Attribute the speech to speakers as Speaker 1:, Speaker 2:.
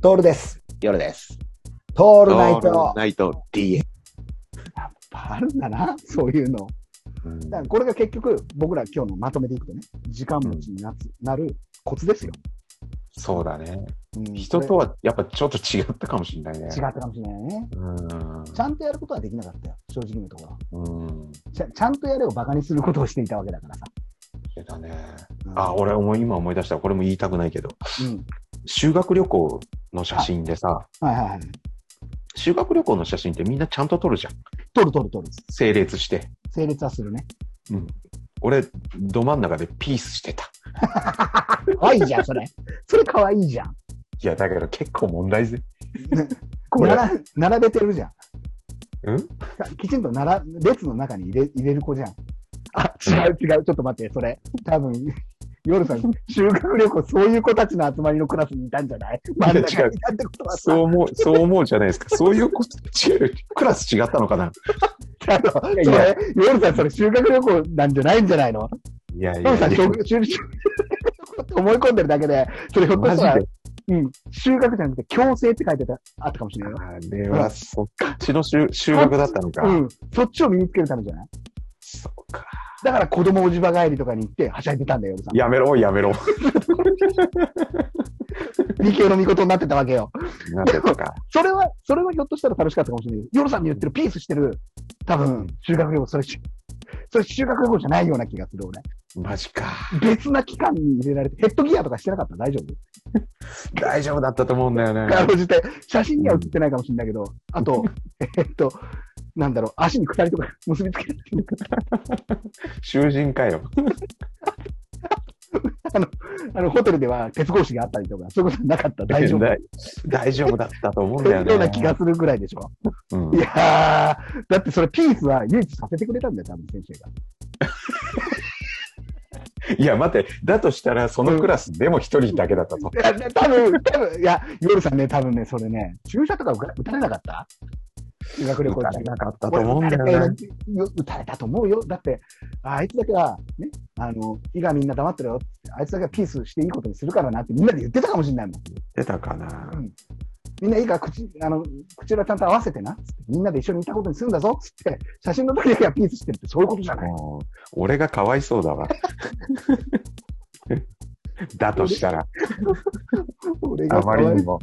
Speaker 1: トールです。
Speaker 2: 夜です。
Speaker 1: ト
Speaker 2: オ
Speaker 1: ールナイト。
Speaker 2: ナイト DX。
Speaker 1: あるんだな、そういうの。だからこれが結局、僕ら今日のまとめていくとね、時間持ちにな,、なるコツですよ。
Speaker 2: そうだね。
Speaker 1: うん
Speaker 2: 人とはやっぱちょっと違ったかもしれないね。
Speaker 1: これ違ったかもしれないね。
Speaker 2: うん。
Speaker 1: ちゃんとやることはできなかったよ、正直なところは
Speaker 2: うん。
Speaker 1: ちゃちゃんとやれをバカにすることをしていたわけだからさ。
Speaker 2: そうだね。
Speaker 1: うん
Speaker 2: あ、俺思い、今思い出した。これも言いたくないけど。
Speaker 1: うん。
Speaker 2: 修学旅行の写真でさ、
Speaker 1: はいはいはい。
Speaker 2: 修学旅行の写真ってみんなちゃんと撮るじゃん。
Speaker 1: 取る取る取る。
Speaker 2: 整列して。
Speaker 1: 整列はするね。
Speaker 2: うん。俺、ど真ん中でピースしてた。
Speaker 1: 可愛いじゃん、それ。それ可愛いじゃん。
Speaker 2: いや、だけど結構問題ぜ。これ、
Speaker 1: 並並べてるじゃん。
Speaker 2: うん
Speaker 1: きちんとなら列の中に入れ入れる子じゃん。あ、違う違う、ちょっと待って、それ。多分、夜さん、修学旅行、そういう子たちの集まりのクラスにいたんじゃない真ん中にいたってことはさ
Speaker 2: そう思う、そう思うじゃないですか。そういうこと、違う。クラス違ったのかな
Speaker 1: あのそ
Speaker 2: いや
Speaker 1: れ、夜さん、それ修学旅行なんじゃないんじゃないの
Speaker 2: いやい
Speaker 1: 夜さ
Speaker 2: や
Speaker 1: ん、
Speaker 2: い
Speaker 1: 修
Speaker 2: や。
Speaker 1: 学修修学旅行って思い込んでるだけで、それひょっと
Speaker 2: マ
Speaker 1: し
Speaker 2: ジ
Speaker 1: た
Speaker 2: で
Speaker 1: ら、。うん、修学じゃなくて、強制って書いてた、あったかもしれないよ。
Speaker 2: あれはそっちの修修学だったのか。
Speaker 1: うん、そっちを身につけるためじゃない
Speaker 2: そうか。
Speaker 1: だから子供おじば帰りとかに行って、はしゃいでたんだよ、夜さん。
Speaker 2: やめろ、やめろ。
Speaker 1: 理系の見事になってたわけよ。
Speaker 2: なんてとか。
Speaker 1: それは、それはひょっとしたら楽しかったかもしれない。夜さんに言ってるピースしてる、多分、修学旅行、それ、しそれ修学旅行じゃないような気がする、俺。
Speaker 2: マジか。
Speaker 1: 別な期間に入れられて、ヘッドギアとかしてなかったら大丈夫
Speaker 2: 大丈夫だったと思うんだよね。
Speaker 1: かろうじて、写真には写ってないかもしれないけど、あと、えっと、なんだろう、足に鎖とか 結びつけて、
Speaker 2: 囚人かよ。
Speaker 1: あの、ホテルでは鉄格子があったりとか、そういうことなかったら大丈夫。
Speaker 2: 大大丈夫だったと思うん
Speaker 1: そう
Speaker 2: だ
Speaker 1: い
Speaker 2: よ
Speaker 1: う
Speaker 2: ね。
Speaker 1: ような気がするぐらいでしょ。
Speaker 2: うん
Speaker 1: いやー、だってそれピースは唯一させてくれたんだよ、多分先生が。
Speaker 2: いや、待って。だとしたら、そのクラスでも一人だけだったと。
Speaker 1: いや、 多分、多分、いや、夜さんね、多分ね、それね、注射とか打た打たれなかった修学旅行
Speaker 2: 打た
Speaker 1: 中
Speaker 2: れ。なかったと思うんだよね。
Speaker 1: 俺打たれたよ打たれたと思うよ。だって、ああいつだけは、ね、あの、いがみんな黙ってろよ。あいつだけはピースしていいことにするからなってみんなで言ってたかもしれないもん。
Speaker 2: 出たかな。
Speaker 1: みんないいから口、あの、口裏ちゃんと合わせてな。つってみんなで一緒にいたことにするんだぞ。つって、写真の時だけはピースしてるってそういうことじゃない。
Speaker 2: もう俺がかわいそうだ わ。だとしたら、
Speaker 1: 俺
Speaker 2: あまりに
Speaker 1: い
Speaker 2: も。